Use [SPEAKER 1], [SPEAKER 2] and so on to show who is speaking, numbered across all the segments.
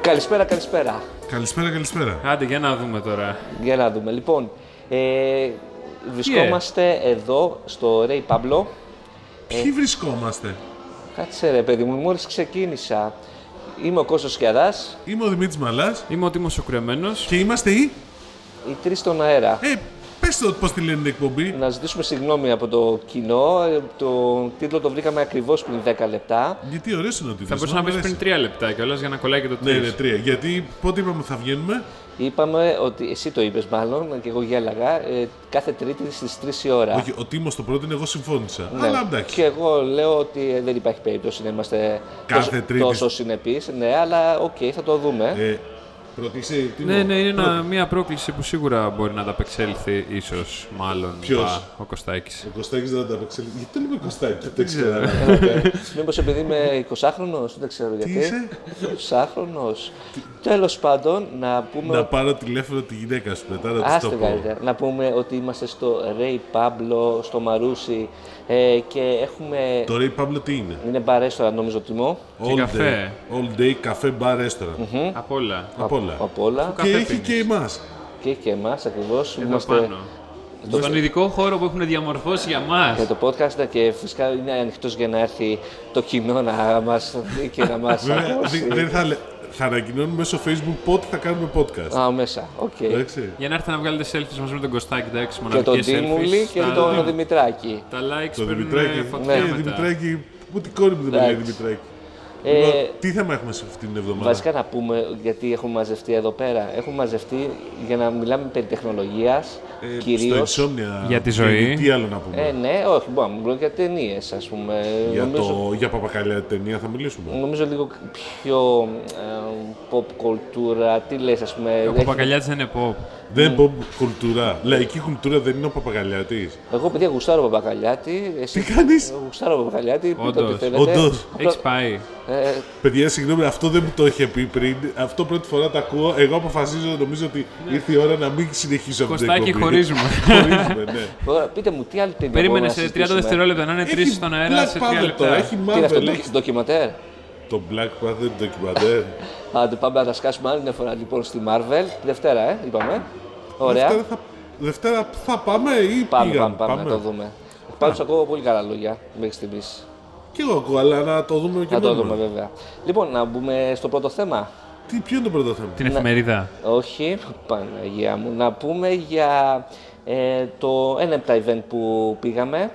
[SPEAKER 1] Καλησπέρα, καλησπέρα.
[SPEAKER 2] Καλησπέρα, καλησπέρα.
[SPEAKER 3] Άντε, για να δούμε τώρα.
[SPEAKER 1] Για να δούμε. Λοιπόν, ε, βρισκόμαστε εδώ στο Ray Pablo.
[SPEAKER 2] Ποιοι βρισκόμαστε.
[SPEAKER 1] Κάτσε ρε παιδί μου, μόλις ξεκίνησα. Είμαι ο Κώστος Κιαράς,
[SPEAKER 2] Είμαι ο Δημήτρης Μαλάς
[SPEAKER 3] Είμαι ο Τίμος ο Κρεμένος.
[SPEAKER 2] και είμαστε οι...
[SPEAKER 1] οι τρεις στον αέρα.
[SPEAKER 2] Ε, πες το πώς τη λένε την εκπομπή.
[SPEAKER 1] Να ζητήσουμε συγγνώμη από το κοινό. ε, Το τίτλο το βρήκαμε ακριβώς πριν 10 λεπτά.
[SPEAKER 2] Γιατί ωραίος είναι ο τίτλος.
[SPEAKER 3] Θα μπορούσα να
[SPEAKER 2] μου
[SPEAKER 3] πει
[SPEAKER 2] αρέσει.
[SPEAKER 3] πριν τρία λεπτά κιόλας για να κολλάει και το
[SPEAKER 2] Ναι,
[SPEAKER 3] τρεις.
[SPEAKER 2] ναι, τρία. Γιατί πότε είπαμε θα βγαίνουμε.
[SPEAKER 1] Είπαμε ότι, εσύ το είπες μάλλον και εγώ γέλαγα, ε, κάθε Τρίτη στις 3 η ώρα.
[SPEAKER 2] Όχι, ο Τίμος το πρώτο είναι εγώ συμφώνησα.
[SPEAKER 1] Ναι.
[SPEAKER 2] Αλλά εντάξει.
[SPEAKER 1] Και εγώ λέω ότι ε, δεν υπάρχει περίπτωση να είμαστε
[SPEAKER 2] Κάθε
[SPEAKER 1] τόσο,
[SPEAKER 2] Τρίτη.
[SPEAKER 1] τόσο συνεπείς. Ναι, αλλά οκ, θα το δούμε.
[SPEAKER 2] Ε, Προτίξε, Τίμο.
[SPEAKER 3] ναι, ναι, είναι ένα- μια πρόκληση που σίγουρα μπορεί να ανταπεξέλθει ίσως, μάλλον.
[SPEAKER 2] Ποιος?
[SPEAKER 3] τα- Ο Κωστάκης.
[SPEAKER 2] Ο Κωστάκης δεν τα απεξελίγει. Γιατί το λέμε Κωστάκη,
[SPEAKER 3] Ναι.
[SPEAKER 2] δεν ξέρω.
[SPEAKER 1] Μήπως επειδή είμαι 20χρονο, δεν ξέρω γιατί.
[SPEAKER 2] είσαι?
[SPEAKER 1] 20χρονο. Τέλος πάντων, να πούμε.
[SPEAKER 2] Να πάρω τηλέφωνο τη γυναίκα σου μετά να της
[SPEAKER 1] Άστε
[SPEAKER 2] το πω.
[SPEAKER 1] καλύτερα. Να πούμε ότι είμαστε στο Ray Pablo, στο Μαρούσι ε, και έχουμε.
[SPEAKER 2] Το Ray Pablo τι είναι.
[SPEAKER 1] Είναι μπαρέστορα, νομίζω, τιμό.
[SPEAKER 2] All day,
[SPEAKER 3] καφέ.
[SPEAKER 2] all day, καφέ, μπαρ, ρέστορα.
[SPEAKER 3] Απ' όλα.
[SPEAKER 2] Απ' όλα.
[SPEAKER 1] Από όλα.
[SPEAKER 2] Και
[SPEAKER 3] καφέ
[SPEAKER 2] έχει
[SPEAKER 3] πίνεις.
[SPEAKER 2] και εμάς.
[SPEAKER 1] Και έχει και εμάς ακριβώς.
[SPEAKER 3] Εδώ πάνω. Στον ειδικό χώρο που έχουν διαμορφώσει για
[SPEAKER 1] για
[SPEAKER 3] μας.
[SPEAKER 1] το podcast και φυσικά είναι ανοιχτός για να έρθει το κοινό να μας δει και να μας
[SPEAKER 2] Βέβαια, δε-
[SPEAKER 1] ακούσει.
[SPEAKER 2] δεν θα, λε- θα ανακοινώνουμε μέσω Facebook πότε θα κάνουμε podcast.
[SPEAKER 1] Α, μέσα. Οκ.
[SPEAKER 2] Εντάξει.
[SPEAKER 3] Για να έρθετε να βγάλετε selfies μαζί με τον Κωστάκη, εντάξει,
[SPEAKER 1] Και τον
[SPEAKER 3] μοναδικές
[SPEAKER 1] Τίμουλη
[SPEAKER 3] selfies.
[SPEAKER 1] και
[SPEAKER 3] Τα-
[SPEAKER 1] τον Δημητράκη.
[SPEAKER 3] Τα likes
[SPEAKER 2] Το
[SPEAKER 3] παίρνουν
[SPEAKER 2] Δημητράκη.
[SPEAKER 3] φωτιά
[SPEAKER 2] Ναι,
[SPEAKER 3] μετά.
[SPEAKER 2] Δημητράκη. Ούτε η κόρη μου δεν με λέει
[SPEAKER 1] Εντάξει.
[SPEAKER 2] Δημητράκη.
[SPEAKER 1] Ε,
[SPEAKER 2] Λοιπόν, τι θέμα έχουμε σε αυτήν την εβδομάδα.
[SPEAKER 1] Βασικά να πούμε γιατί έχουμε μαζευτεί εδώ πέρα. Έχουμε μαζευτεί για να μιλάμε περί τεχνολογίας
[SPEAKER 2] Ε,
[SPEAKER 1] κυρίω.
[SPEAKER 2] Στο Insomnia.
[SPEAKER 3] Για τη ζωή.
[SPEAKER 2] ε, Τι άλλο να πούμε.
[SPEAKER 1] Ε, ναι, όχι, μπορούμε να μιλούμε για ταινίες, ας πούμε.
[SPEAKER 2] για,
[SPEAKER 1] νομίζω, Ε,
[SPEAKER 2] το, για παπακαλιά ταινία θα μιλήσουμε.
[SPEAKER 1] νομίζω λίγο πιο ε, pop κουλτούρα, τι λες ας πούμε.
[SPEAKER 3] Ο
[SPEAKER 1] έχει-
[SPEAKER 3] Κοπακαλιάτης δεν είναι pop.
[SPEAKER 1] ναι.
[SPEAKER 2] Δεν pop κουλτούρα. Λαϊκή κουλτούρα δεν είναι ο παπακαλιατής.
[SPEAKER 1] Εγώ παιδιά γουστάρω παπακαλιάτη. Εσύ... Ε,
[SPEAKER 2] Τι κάνεις?
[SPEAKER 1] Γουστάρω παπακαλιάτη, πείτε ό,τι
[SPEAKER 3] Όντως,
[SPEAKER 1] θέλετε.
[SPEAKER 2] όντως.
[SPEAKER 1] Απλά-
[SPEAKER 3] Έχεις πάει.
[SPEAKER 1] Ε,
[SPEAKER 2] Παιδιά, συγγνώμη, αυτό δεν μου το είχε πει πριν. Αυτό πρώτη φορά το ακούω. Εγώ αποφασίζω, νομίζω ότι ήρθε η ώρα να μην συνεχίσω αυτή την
[SPEAKER 3] Κωστάκη,
[SPEAKER 2] εκπομπή.
[SPEAKER 3] Ναι. χωρίζουμε.
[SPEAKER 2] χωρίζουμε, ναι.
[SPEAKER 1] τώρα, πείτε μου, τι άλλη ταινία μπορούμε
[SPEAKER 3] Περίμενε
[SPEAKER 1] να
[SPEAKER 3] σε 30
[SPEAKER 1] συζητήσουμε.
[SPEAKER 3] δευτερόλεπτα να είναι τρεις
[SPEAKER 2] Έχει
[SPEAKER 3] στον αέρα
[SPEAKER 2] Black
[SPEAKER 3] σε 3
[SPEAKER 2] Panther τώρα,
[SPEAKER 3] λεπτά.
[SPEAKER 2] Έχει
[SPEAKER 1] Τι είναι αυτό,
[SPEAKER 2] Marvel, έχει
[SPEAKER 1] το ντοκιματέρ.
[SPEAKER 2] το Black Panther ντοκιμαντέρ.
[SPEAKER 1] Άντε, πάμε να τα σκάσουμε άλλη μια φορά λοιπόν στη Marvel. Δευτέρα, ε, είπαμε. Ωραία.
[SPEAKER 2] Δευτέρα θα, Δευτέρα θα πάμε ή
[SPEAKER 1] Πάμε,
[SPEAKER 2] πήγαμε.
[SPEAKER 1] πάμε, πάμε, να το δούμε. Πάντως ακούω πολύ καλά λόγια μέχρι στιγμής.
[SPEAKER 2] Κι εγώ ακούω, αλλά να το δούμε και
[SPEAKER 1] Να το
[SPEAKER 2] μόνο.
[SPEAKER 1] δούμε βέβαια. Λοιπόν, να μπούμε στο πρώτο θέμα.
[SPEAKER 2] Τι, ποιο είναι το πρώτο θέμα.
[SPEAKER 3] Την
[SPEAKER 1] Ναι.
[SPEAKER 3] εφημερίδα.
[SPEAKER 1] Όχι, Παναγία μου. Να πούμε για ε, το ένα από τα event που πήγαμε.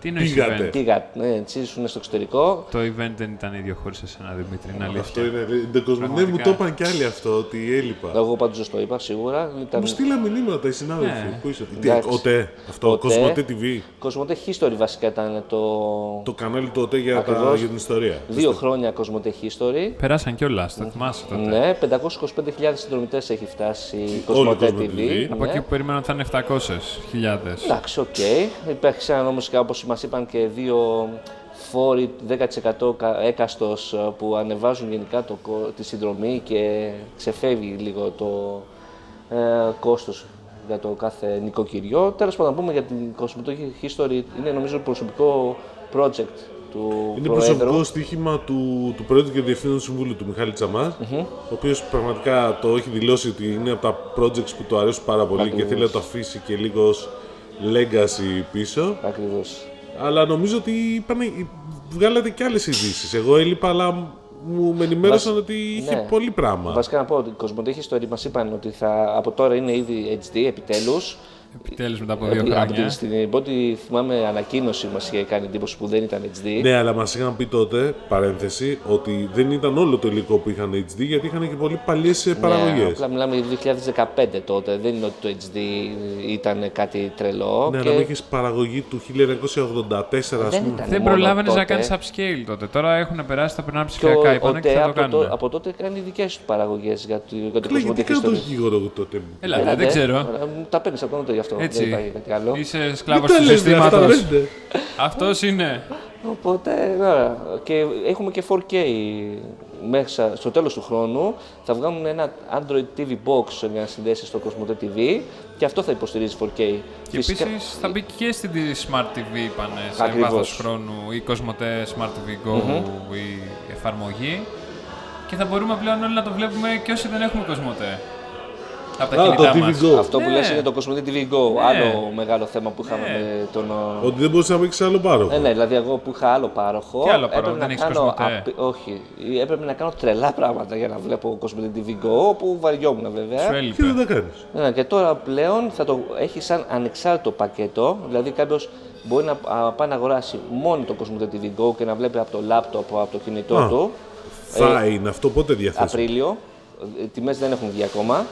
[SPEAKER 3] Τι εννοείς
[SPEAKER 2] Πήγατε.
[SPEAKER 3] event.
[SPEAKER 1] Πήγα, ναι, έτσι ήσουν στο εξωτερικό.
[SPEAKER 3] Το event δεν ήταν ίδιο χωρίς εσένα, Δημήτρη, είναι
[SPEAKER 2] Αυτό
[SPEAKER 3] αλήθεια.
[SPEAKER 2] είναι. δεν κόσμο- Ναι, μου το είπαν κι άλλοι αυτό ότι έλειπα.
[SPEAKER 1] Εγώ πάντως το είπα σίγουρα. Ήταν
[SPEAKER 2] Μου στείλα μηνύματα οι
[SPEAKER 3] Ναι.
[SPEAKER 2] συνάδελφοι. Πού είσαι. Τι,
[SPEAKER 1] Εντάξει.
[SPEAKER 2] οτέ. Αυτό.
[SPEAKER 1] Οτέ.
[SPEAKER 2] Κοσμοτέ TV.
[SPEAKER 1] Κοσμοτέ History βασικά ήταν το.
[SPEAKER 2] Το κανάλι του οτέ για, τα-
[SPEAKER 1] Ακριβώς.
[SPEAKER 2] για την ιστορία.
[SPEAKER 1] Δύο χρόνια Κοσμοτέ History.
[SPEAKER 3] Περάσαν κιόλας, το θυμάσαι τότε.
[SPEAKER 1] Ναι, 525.000 συνδρομητές έχει φτάσει η
[SPEAKER 2] Όλο
[SPEAKER 1] Κοσμοτέ
[SPEAKER 2] Κοσμοτέ
[SPEAKER 1] TV.
[SPEAKER 2] TV.
[SPEAKER 3] Από
[SPEAKER 1] ναι.
[SPEAKER 3] εκεί που περίμενα ότι θα είναι 700.000.
[SPEAKER 1] Εντάξει, οκ. Υπήρξαν όμω και όπως μας είπαν και δύο φόροι 10% κα- έκαστος ε, που ανεβάζουν γενικά το, κο- τη συνδρομή και ξεφεύγει λίγο το ε, κόστος για το κάθε νοικοκυριό. Τέλος πάντων, να πούμε για την Κοσμοτέ History, είναι νομίζω προσωπικό project του
[SPEAKER 2] Είναι
[SPEAKER 1] Προέδρου.
[SPEAKER 2] προσωπικό στοίχημα του, του Πρόεδρου και Διευθύνων Συμβούλου του Μιχάλη Τσαμάς, ο οποίος πραγματικά το έχει δηλώσει ότι είναι από τα projects που του αρέσουν πάρα πολύ και θέλει να το αφήσει και λίγο ως legacy πίσω.
[SPEAKER 1] Ακριβώς.
[SPEAKER 2] Αλλά νομίζω ότι είπανε- βγάλατε κι άλλες ειδήσεις. Εγώ έλειπα, αλλά μου με ενημέρωσαν ότι είχε
[SPEAKER 1] ναι.
[SPEAKER 2] πολύ πράγμα.
[SPEAKER 1] Βασικά να πω ότι η Κοσμοτέ History μας είπαν ότι θα, από τώρα είναι ήδη HD επιτέλους.
[SPEAKER 3] Επιτέλους μετά από δύο
[SPEAKER 1] Επί- Από
[SPEAKER 2] ε.
[SPEAKER 1] την,
[SPEAKER 3] χρόνια.
[SPEAKER 1] στην πρώτη θυμάμαι ανακοίνωση μας είχε κάνει εντύπωση που δεν ήταν Ε, HD.
[SPEAKER 2] Ναι, αλλά μας είχαν πει τότε, παρένθεση, ότι δεν ήταν όλο το υλικό που είχαν HD γιατί είχαν και πολύ παλιές παραγωγέ.
[SPEAKER 1] Ναι, απλά μιλάμε για 2015 τότε. Δεν είναι ότι το HD ήταν κάτι τρελό.
[SPEAKER 2] Ναι,
[SPEAKER 1] και
[SPEAKER 2] αλλά μην έχει παραγωγή του 1984, ας
[SPEAKER 1] δεν
[SPEAKER 2] πούμε.
[SPEAKER 1] ήταν
[SPEAKER 3] Δεν
[SPEAKER 1] μόνο
[SPEAKER 3] προλάβαινες
[SPEAKER 1] τότε.
[SPEAKER 3] να κάνεις upscale τότε. Τώρα έχουν περάσει τα περνάνε
[SPEAKER 1] Και ο-
[SPEAKER 3] ψηφιακά. Είπανε και
[SPEAKER 1] ΟΤΕ
[SPEAKER 3] θα το
[SPEAKER 1] από, το-
[SPEAKER 3] κάνουν.
[SPEAKER 1] από τότε κάνει δικές τους παραγωγές για το, για το
[SPEAKER 2] Λέει,
[SPEAKER 1] Κοσμοτέ
[SPEAKER 2] γιατί κάνω τον
[SPEAKER 1] History.
[SPEAKER 2] γίγορο εγώ τότε.
[SPEAKER 3] Έλα, ρε, δεν
[SPEAKER 1] Έλατε,
[SPEAKER 3] ξέρω.
[SPEAKER 1] ε, μου Τα παίρνεις από τον ΟΤΕ γι' αυτό. Δεν υπάρχει
[SPEAKER 3] Έτσι.
[SPEAKER 1] κάτι άλλο.
[SPEAKER 3] Είσαι
[SPEAKER 2] Δεν
[SPEAKER 3] σκλάβος
[SPEAKER 2] τα
[SPEAKER 3] του
[SPEAKER 2] λες, ρε, αυτά
[SPEAKER 3] συστήματο.
[SPEAKER 2] λένε.
[SPEAKER 3] Αυτός είναι.
[SPEAKER 1] Οπότε, ωραία. Και έχουμε και 4K μέσα στο τέλος του χρόνου. Θα βγάλουν ένα Android TV box για να συνδέσεις στο Κοσμοτέ TV και αυτό θα υποστηρίζει 4K.
[SPEAKER 3] Και επίσης θα μπει και στην τη Smart TV, είπανε, σε
[SPEAKER 1] Ακριβώς.
[SPEAKER 3] βάθος χρόνου ή Κοσμοτέ Smart TV Go η εφαρμογή.
[SPEAKER 4] και θα μπορούμε πλέον όλοι να το βλέπουμε και όσοι δεν έχουμε κοσμοτέ. Από τα
[SPEAKER 2] Α, το
[SPEAKER 4] κινητά
[SPEAKER 2] TV
[SPEAKER 4] μας.
[SPEAKER 2] Go.
[SPEAKER 1] Αυτό που
[SPEAKER 4] Ναι.
[SPEAKER 1] λες είναι το Cosmote TV Go, άλλο μεγάλο θέμα που είχαμε
[SPEAKER 4] Ναι.
[SPEAKER 1] με τον... ο-
[SPEAKER 2] Ότι δεν μπορούσε να βγει σε άλλο πάροχο.
[SPEAKER 1] Ε, ναι, δηλαδή εγώ που είχα άλλο πάροχο.
[SPEAKER 4] Τι άλλο πάροχο,
[SPEAKER 1] έπρεπε
[SPEAKER 4] δεν
[SPEAKER 1] να
[SPEAKER 4] έχεις
[SPEAKER 1] κάνω
[SPEAKER 4] Κοσμοτέ?
[SPEAKER 1] απ- Όχι, έπρεπε να κάνω τρελά πράγματα για να βλέπω Cosmote TV Go, που βαριόμουν βέβαια.
[SPEAKER 4] Σου
[SPEAKER 2] Και δεν
[SPEAKER 4] έλειπε.
[SPEAKER 2] τα κάνεις.
[SPEAKER 1] Ναι, και τώρα πλέον θα το έχεις σαν ανεξάρτητο πακέτο. Δηλαδή κάποιος μπορεί να α, πάει να αγοράσει μόνο το Cosmote TV Go και να βλέπει από το λάπτοπ, από το κινητό
[SPEAKER 2] Α.
[SPEAKER 1] του. Ε,
[SPEAKER 2] Θα είναι αυτό πότε διαθέσιμο.
[SPEAKER 1] Απρίλιο. Τιμές δεν έχουν βγει ακόμα.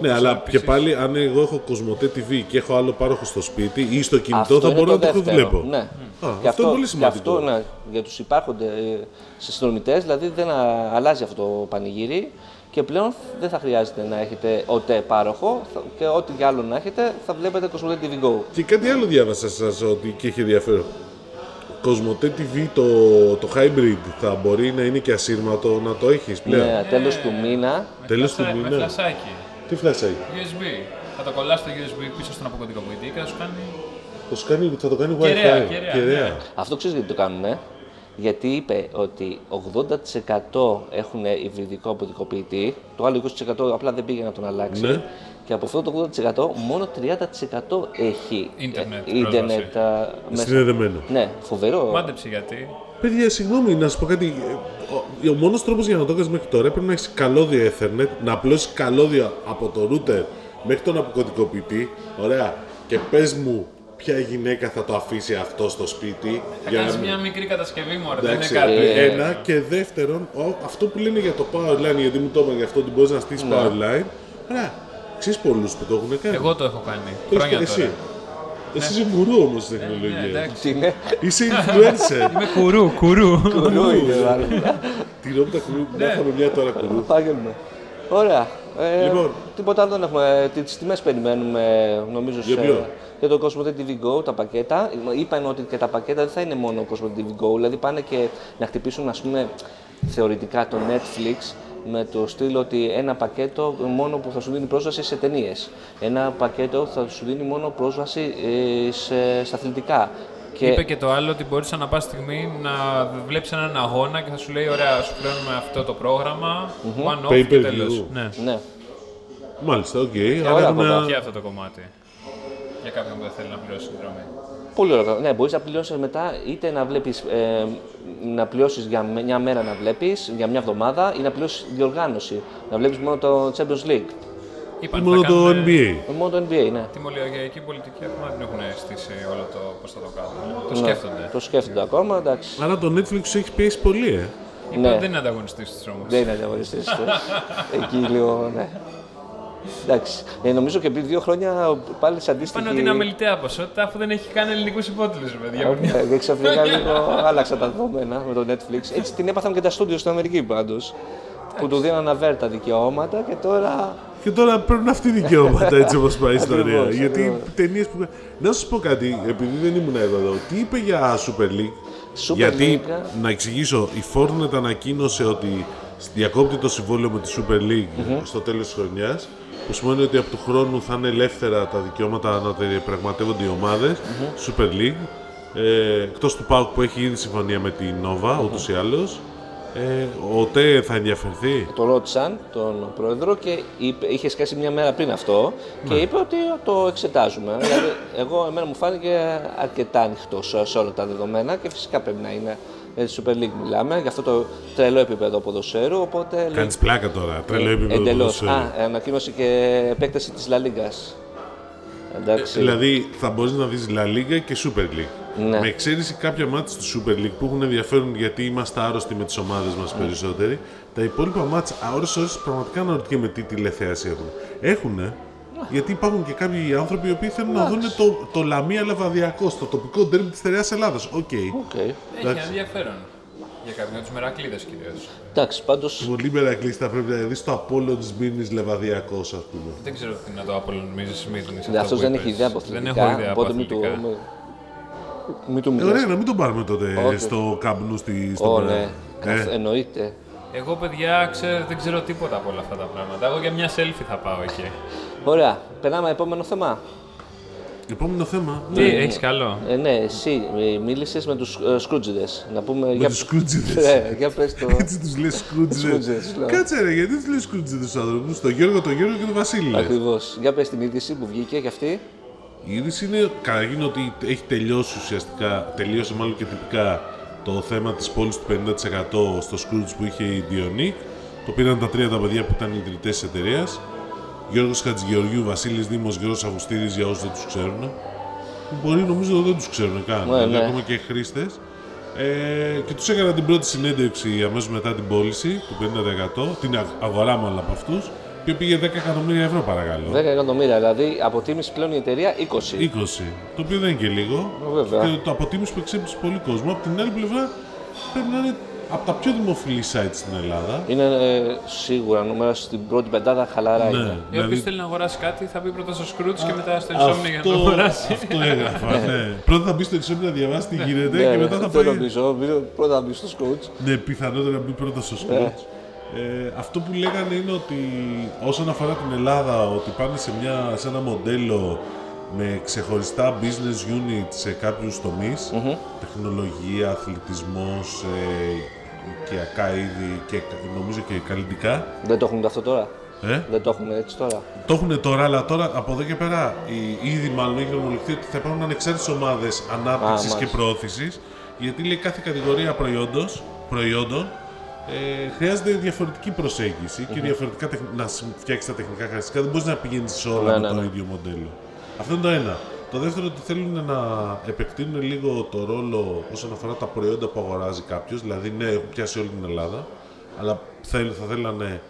[SPEAKER 2] Ναι,
[SPEAKER 4] Όπως
[SPEAKER 2] αλλά
[SPEAKER 4] επίσης-
[SPEAKER 2] και πάλι αν εγώ έχω Κοσμοτέ TV και έχω άλλο πάροχο στο σπίτι ή στο κινητό,
[SPEAKER 1] Αυτό
[SPEAKER 2] θα
[SPEAKER 1] είναι
[SPEAKER 2] μπορώ
[SPEAKER 1] το
[SPEAKER 2] να το
[SPEAKER 1] δεύτερο,
[SPEAKER 2] βλέπω.
[SPEAKER 1] Ναι.
[SPEAKER 2] Α, αυτό είναι πολύ σημαντικό.
[SPEAKER 1] Και αυτό, ναι, για τους υπάρχοντε ε, συνδρομητές, δηλαδή δεν α- αλλάζει αυτό το πανηγύρι και πλέον δεν θα χρειάζεται να έχετε οτέ πάροχο θα- και ό,τι κι άλλο να έχετε θα βλέπετε Cosmote TV Go.
[SPEAKER 2] Και κάτι άλλο διάβασα σας ότι και έχει ενδιαφέρον. Κοσμοτέ TV το, το hybrid θα μπορεί να είναι και ασύρματο να το έχεις πλέον.
[SPEAKER 1] Ναι, τέλος του μήνα
[SPEAKER 4] με
[SPEAKER 2] Τέλος του
[SPEAKER 4] φλασά- Με
[SPEAKER 2] μήνα.
[SPEAKER 4] φλασάκι.
[SPEAKER 2] Τι φλασάει.
[SPEAKER 4] USB. Θα το κολλάς στο USB πίσω στον αποκωδικοποιητή και θα σου κάνει.
[SPEAKER 2] Θα, σου κάνει, θα το κάνει Wi-Fi.
[SPEAKER 4] Κεραία, κεραία,
[SPEAKER 2] Κεραία.
[SPEAKER 4] ναι.
[SPEAKER 1] Αυτό ξέρεις γιατί το κάνουνε. Γιατί είπε ότι 80% έχουν υβριδικό αποδικοποιητή, το άλλο 20% απλά δεν πήγε να τον αλλάξει.
[SPEAKER 2] Ναι.
[SPEAKER 1] Και από αυτό το 80% μόνο 30% έχει
[SPEAKER 4] Ίντερνετ,
[SPEAKER 1] ε, ίντερνετ α, μέσα.
[SPEAKER 2] Συνδεδεμένο.
[SPEAKER 1] Ναι, φοβερό.
[SPEAKER 4] Μάντεψε γιατί. ε,
[SPEAKER 2] Παιδιά, συγγνώμη, να σου πω κάτι. Ο- Ο μόνος τρόπος για να το κάνεις μέχρι τώρα πρέπει να έχεις καλώδιο Ethernet, να απλώσεις καλώδιο από το router μέχρι τον αποκωδικοποιητή. Ωραία. Και πες μου, ποια γυναίκα θα το αφήσει αυτό στο σπίτι.
[SPEAKER 4] Θα
[SPEAKER 2] να
[SPEAKER 4] κάνεις
[SPEAKER 2] μην-
[SPEAKER 4] μια μικρή κατασκευή μου, δεν είναι
[SPEAKER 2] Εντάξει,
[SPEAKER 4] κάτι.
[SPEAKER 1] ε,
[SPEAKER 2] ένα. Και δεύτερον, ο- αυτό που λένε για το Powerline, γιατί μου το είπαν για αυτό ότι μπορείς να στήσεις Powerline. Ωραία. Ξέρεις πολλούς που το έχουν κάνει.
[SPEAKER 4] Εγώ το έχω κάνει.
[SPEAKER 2] Το έχεις
[SPEAKER 4] Χρόνια
[SPEAKER 2] κάνει
[SPEAKER 4] τώρα.
[SPEAKER 2] εσύ. Ε, Εσύ είσαι γκουρού όμω στην
[SPEAKER 4] Ναι,
[SPEAKER 2] τεχνολογία.
[SPEAKER 4] εντάξει.
[SPEAKER 1] Τι είναι.
[SPEAKER 2] Είσαι influencer.
[SPEAKER 4] Είμαι κουρού, κουρού. Ναι.
[SPEAKER 1] Κουρού είναι, μάλλον.
[SPEAKER 2] Την ρόπτα κουρού, μάθαμε μια τώρα κουρού.
[SPEAKER 1] Πάγγελμα. Ωραία. Ε,
[SPEAKER 2] Λοιπόν.
[SPEAKER 1] Τίποτα άλλο δεν έχουμε. Τι τιμές περιμένουμε, νομίζω,
[SPEAKER 2] Για ποιο?
[SPEAKER 1] για το Cosmote TV Go, τα πακέτα. Είπαν ότι και τα πακέτα δεν θα είναι μόνο Cosmote TV Go, δηλαδή πάνε και να χτυπήσουν, ας πούμε, θεωρητικά το Netflix με το στυλ ότι ένα πακέτο μόνο που θα σου δίνει πρόσβαση σε ταινίες. Ένα πακέτο θα σου δίνει μόνο πρόσβαση ε, σε, στα αθλητικά. Και
[SPEAKER 4] Είπε και το άλλο ότι μπορείς ανά πάση στιγμή να βλέπεις έναν αγώνα και θα σου λέει: Ωραία, σου πλέον αυτό το πρόγραμμα. One off
[SPEAKER 2] Pay
[SPEAKER 4] και
[SPEAKER 2] per
[SPEAKER 4] τέλος.
[SPEAKER 2] view.
[SPEAKER 4] Ναι.
[SPEAKER 1] ναι.
[SPEAKER 2] Μάλιστα, οκ.
[SPEAKER 1] ωραία
[SPEAKER 2] Άρα
[SPEAKER 1] κομμάτια.
[SPEAKER 2] να...
[SPEAKER 4] Και αυτό το κομμάτι. Για κάποιον που δεν θέλει να πληρώσει συνδρομή.
[SPEAKER 1] Πολύ ωραίο. Ναι, μπορείς να πληρώσεις μετά είτε να, βλέπεις, ε, να πληρώσεις για μια μέρα να βλέπεις, για μια εβδομάδα, ή να πληρώσεις διοργάνωση. Να βλέπεις μόνο το Champions League.
[SPEAKER 4] Είπαν
[SPEAKER 2] Μόνο
[SPEAKER 4] θα
[SPEAKER 2] το
[SPEAKER 4] κάνουν
[SPEAKER 2] NBA.
[SPEAKER 1] Μόνο το NBA, ναι.
[SPEAKER 4] Τη μολυογειακή πολιτική ακόμα δεν έχουν στήσει όλο το πώς θα το κάνουν. Το σκέφτονται.
[SPEAKER 1] Ναι. Το σκέφτονται ακόμα, εντάξει.
[SPEAKER 2] Άρα το Netflix σου έχει πιέσει πολύ, ε.
[SPEAKER 4] Είπαν
[SPEAKER 1] Ναι.
[SPEAKER 4] δεν είναι ανταγωνιστής της όμως.
[SPEAKER 1] Δεν είναι διαγωνιστή. Εκεί λίγο, ναι. Εντάξει. Ε, νομίζω και πριν δύο χρόνια πάλι σε αντίστοιχη.
[SPEAKER 4] Είπαν ότι είναι αμεληταία ποσότητα αφού δεν έχει καν ελληνικούς υπότιτλους, παιδιά.
[SPEAKER 1] Ε, δεν ξαφνικά λίγο άλλαξα τα δεδομένα με το Netflix. Έτσι την έπαθαν και τα στούντιο στην Αμερική πάντως. Που του δίνανε αβέρ τα δικαιώματα και τώρα
[SPEAKER 2] Και τώρα παίρνουν αυτή τη δικαιώματα έτσι όπως πάει η ιστορία.
[SPEAKER 1] Ακριβώς,
[SPEAKER 2] Γιατί
[SPEAKER 1] ακριβώς.
[SPEAKER 2] ταινίες που. Να σας πω κάτι, επειδή δεν ήμουν εδώ, εδώ. Τι είπε για Super League.
[SPEAKER 1] Super
[SPEAKER 2] Γιατί
[SPEAKER 1] League.
[SPEAKER 2] να εξηγήσω, η Fortnite ανακοίνωσε ότι διακόπτει το συμβόλαιο με τη Super League στο τέλος της χρονιάς. Που σημαίνει ότι από του χρόνου θα είναι ελεύθερα τα δικαιώματα να τα διαπραγματεύονται οι ομάδες. Super League. Ε, Εκτός του Πάουκ που έχει ήδη συμφωνία με την Nova, ούτως ή άλλως. Ε, ο ΤΕ θα ενδιαφερθεί.
[SPEAKER 1] Το ρώτησαν τον πρόεδρο και είπε, είχε σκάσει μια μέρα πριν αυτό
[SPEAKER 2] Ναι.
[SPEAKER 1] και είπε ότι το εξετάζουμε. δηλαδή, εγώ, εμένα μου φάνηκε αρκετά ανοιχτό σε, σε όλα τα δεδομένα και φυσικά πρέπει να είναι. Για τη Super League μιλάμε, για αυτό το τρελό επίπεδο ποδοσφαίρου. Οπότε. λέει,
[SPEAKER 2] Κάνεις πλάκα τώρα, τρελό
[SPEAKER 1] ε,
[SPEAKER 2] επίπεδο.
[SPEAKER 1] εντελώς.
[SPEAKER 2] ποδοσφαίρου.
[SPEAKER 1] Α, ανακοίνωσε και επέκταση της La Liga. Εντάξει.
[SPEAKER 2] Δηλαδή θα μπορείς να δεις La Liga και Super League.
[SPEAKER 1] Ναι.
[SPEAKER 2] Με εξαίρεση κάποια μάτια του Super League που έχουν ενδιαφέρον γιατί είμαστε άρρωστοι με τις ομάδες μας
[SPEAKER 1] Ναι.
[SPEAKER 2] περισσότεροι, τα υπόλοιπα μάτια αόρες ώρες πραγματικά αναρωτιέμαι τι τηλεθέαση έχουν. Έχουνε. Γιατί υπάρχουν και κάποιοι άνθρωποι οι οποίοι θέλουν να δουν το, το Λαμία Λαβαδιακό στο τοπικό ντέρμι της Θεραία Ελλάδας. Οκ.
[SPEAKER 1] Οκ.
[SPEAKER 4] Έχει ενδιαφέρον. Για κάποιον τους μερακλείδες κυρίως.
[SPEAKER 1] Εντάξει, πάντως.
[SPEAKER 2] Πολύ μερακλή θα πρέπει να δεις το Απόλο τη Μήνη Λεβαδιακός, ας πούμε.
[SPEAKER 4] Δεν ξέρω τι να το απολυμίζει
[SPEAKER 2] Ε,
[SPEAKER 4] Μίτλινγκ.
[SPEAKER 1] Αυτό ναι, δεν έχει ιδέα από
[SPEAKER 4] Δεν
[SPEAKER 1] αθλητικά.
[SPEAKER 4] έχω ιδέα από
[SPEAKER 1] οπότε μην του.
[SPEAKER 4] αθλητικά.
[SPEAKER 1] Μην, μην του
[SPEAKER 2] Ε, Ωραία,
[SPEAKER 1] μιλάς.
[SPEAKER 2] να μην τον πάρουμε τότε
[SPEAKER 1] Όχι.
[SPEAKER 2] στο καμπνού στη, στο
[SPEAKER 1] Ω,
[SPEAKER 2] Μπρα-
[SPEAKER 1] ναι.
[SPEAKER 2] Ε,
[SPEAKER 1] Καθ- Εννοείται.
[SPEAKER 4] Εγώ, παιδιά, ξέρω, δεν ξέρω τίποτα από όλα αυτά τα πράγματα. Εγώ για μια selfie θα πάω εκεί.
[SPEAKER 1] Ωραία. Περνάμε επόμενο θέμα.
[SPEAKER 2] Επόμενο θέμα.
[SPEAKER 1] Ναι,
[SPEAKER 4] Τι, έχεις καλό.
[SPEAKER 1] Ε, ναι, εσύ μίλησες με τους σκρούτζιδες. Να πούμε. Με
[SPEAKER 2] τους σκρούτζιδες.
[SPEAKER 1] Ναι, για πες το.
[SPEAKER 2] Έτσι τους λες
[SPEAKER 1] Σκρούτζιδες,
[SPEAKER 2] σκρούτζιδες.
[SPEAKER 1] λέω.
[SPEAKER 2] Κάτσε ρε, γιατί τους λες σκρούτζιδες τους ανθρώπους. Τον Γιώργο, τον Γιώργο και τον Βασίλη. λες.
[SPEAKER 1] Ακριβώς. Για πες την είδηση που βγήκε και αυτή.
[SPEAKER 2] Η είδηση είναι καταρχήν ότι έχει τελειώσει ουσιαστικά, τελείωσε μάλλον και τυπικά το θέμα της πόλης του 50% στο Scrooge που είχε η Dionic. Το πήραν τα τρία τα παιδιά που ήταν ιδρυτές της εταιρείας. Γιώργος Χατζηγεωργιού, Βασίλης Δήμος, Γιώργος Αυγουστήρης για όσους δεν τους ξέρουν. Μπορεί νομίζω ότι δεν τους ξέρουν καν,
[SPEAKER 1] Ναι,
[SPEAKER 2] δηλαδή
[SPEAKER 1] ναι.
[SPEAKER 2] ακόμα και χρήστες. Ε, και τους έκανα την πρώτη συνέντευξη αμέσως μετά την πώληση του 50%, την α- αγορά μάλλον από αυτούς, η οποία πήγε 10 εκατομμύρια ευρώ παρακαλώ.
[SPEAKER 1] 10 εκατομμύρια. Δηλαδή αποτίμηση πλέον η εταιρεία 20.
[SPEAKER 2] 20. Το οποίο δεν είναι και λίγο.
[SPEAKER 1] Βέβαια.
[SPEAKER 2] Και το αποτίμηση που εξέπληξε πολύ κόσμο. Απ' την άλλη πλευρά πρέπει να είναι από τα πιο δημοφιλή site στην Ελλάδα.
[SPEAKER 1] Είναι ε, σίγουρα νούμερα στην πρώτη πεντάδα χαλαρά
[SPEAKER 2] Ναι,
[SPEAKER 1] είναι.
[SPEAKER 4] Ή όποιος θέλει να αγοράσει κάτι θα πει πρώτα στο Scrooge και μετά στο Insomnia για να το
[SPEAKER 2] αυτό,
[SPEAKER 4] αγοράσει.
[SPEAKER 2] αυτό έγραφα. ναι. Πρώτα θα μπει στο Excel να διαβάσει τι γίνεται
[SPEAKER 1] Ναι,
[SPEAKER 2] και
[SPEAKER 1] ναι,
[SPEAKER 2] μετά θα
[SPEAKER 1] Δεν
[SPEAKER 2] πάει.
[SPEAKER 1] νομίζω. Πρώτα να μπει στο σκουτ.
[SPEAKER 2] Ναι, πιθανότερα να μπει πρώτα
[SPEAKER 1] Ναι.
[SPEAKER 2] στο Scrooge. Ε, αυτό που λέγανε είναι ότι όσον αφορά την Ελλάδα, ότι πάνε σε, μια, σε ένα μοντέλο με ξεχωριστά business units σε κάποιους τομείς, τεχνολογία, αθλητισμός, ε, οικιακά είδη και νομίζω και καλλιτικά.
[SPEAKER 1] Δεν το έχουν αυτό τώρα.
[SPEAKER 2] Ε?
[SPEAKER 1] Δεν το έχουν έτσι τώρα.
[SPEAKER 2] Το έχουν τώρα, αλλά τώρα από εδώ και πέρα η- ήδη μάλλον έχει νομολογηθεί ότι θα υπάρχουν ανεξάρτητες ομάδες ανάπτυξης
[SPEAKER 1] Α,
[SPEAKER 2] και
[SPEAKER 1] μάλιστα.
[SPEAKER 2] προώθησης. Γιατί λέει κάθε κατηγορία προϊόντος, προϊόντων ε, χρειάζεται διαφορετική προσέγγιση και διαφορετικά τεχ- να φτιάξεις τα τεχνικά χαρακτηριστικά. Δεν μπορείς να πηγαίνεις σε όλα
[SPEAKER 1] Ναι,
[SPEAKER 2] με
[SPEAKER 1] ναι,
[SPEAKER 2] το
[SPEAKER 1] ναι.
[SPEAKER 2] ίδιο μοντέλο. Αυτό είναι το ένα. Το δεύτερο ότι θέλουν να επεκτείνουν λίγο το ρόλο όσον αφορά τα προϊόντα που αγοράζει κάποιος. Δηλαδή, ναι, έχουν πιάσει όλη την Ελλάδα, αλλά θέλ- θα θέλανε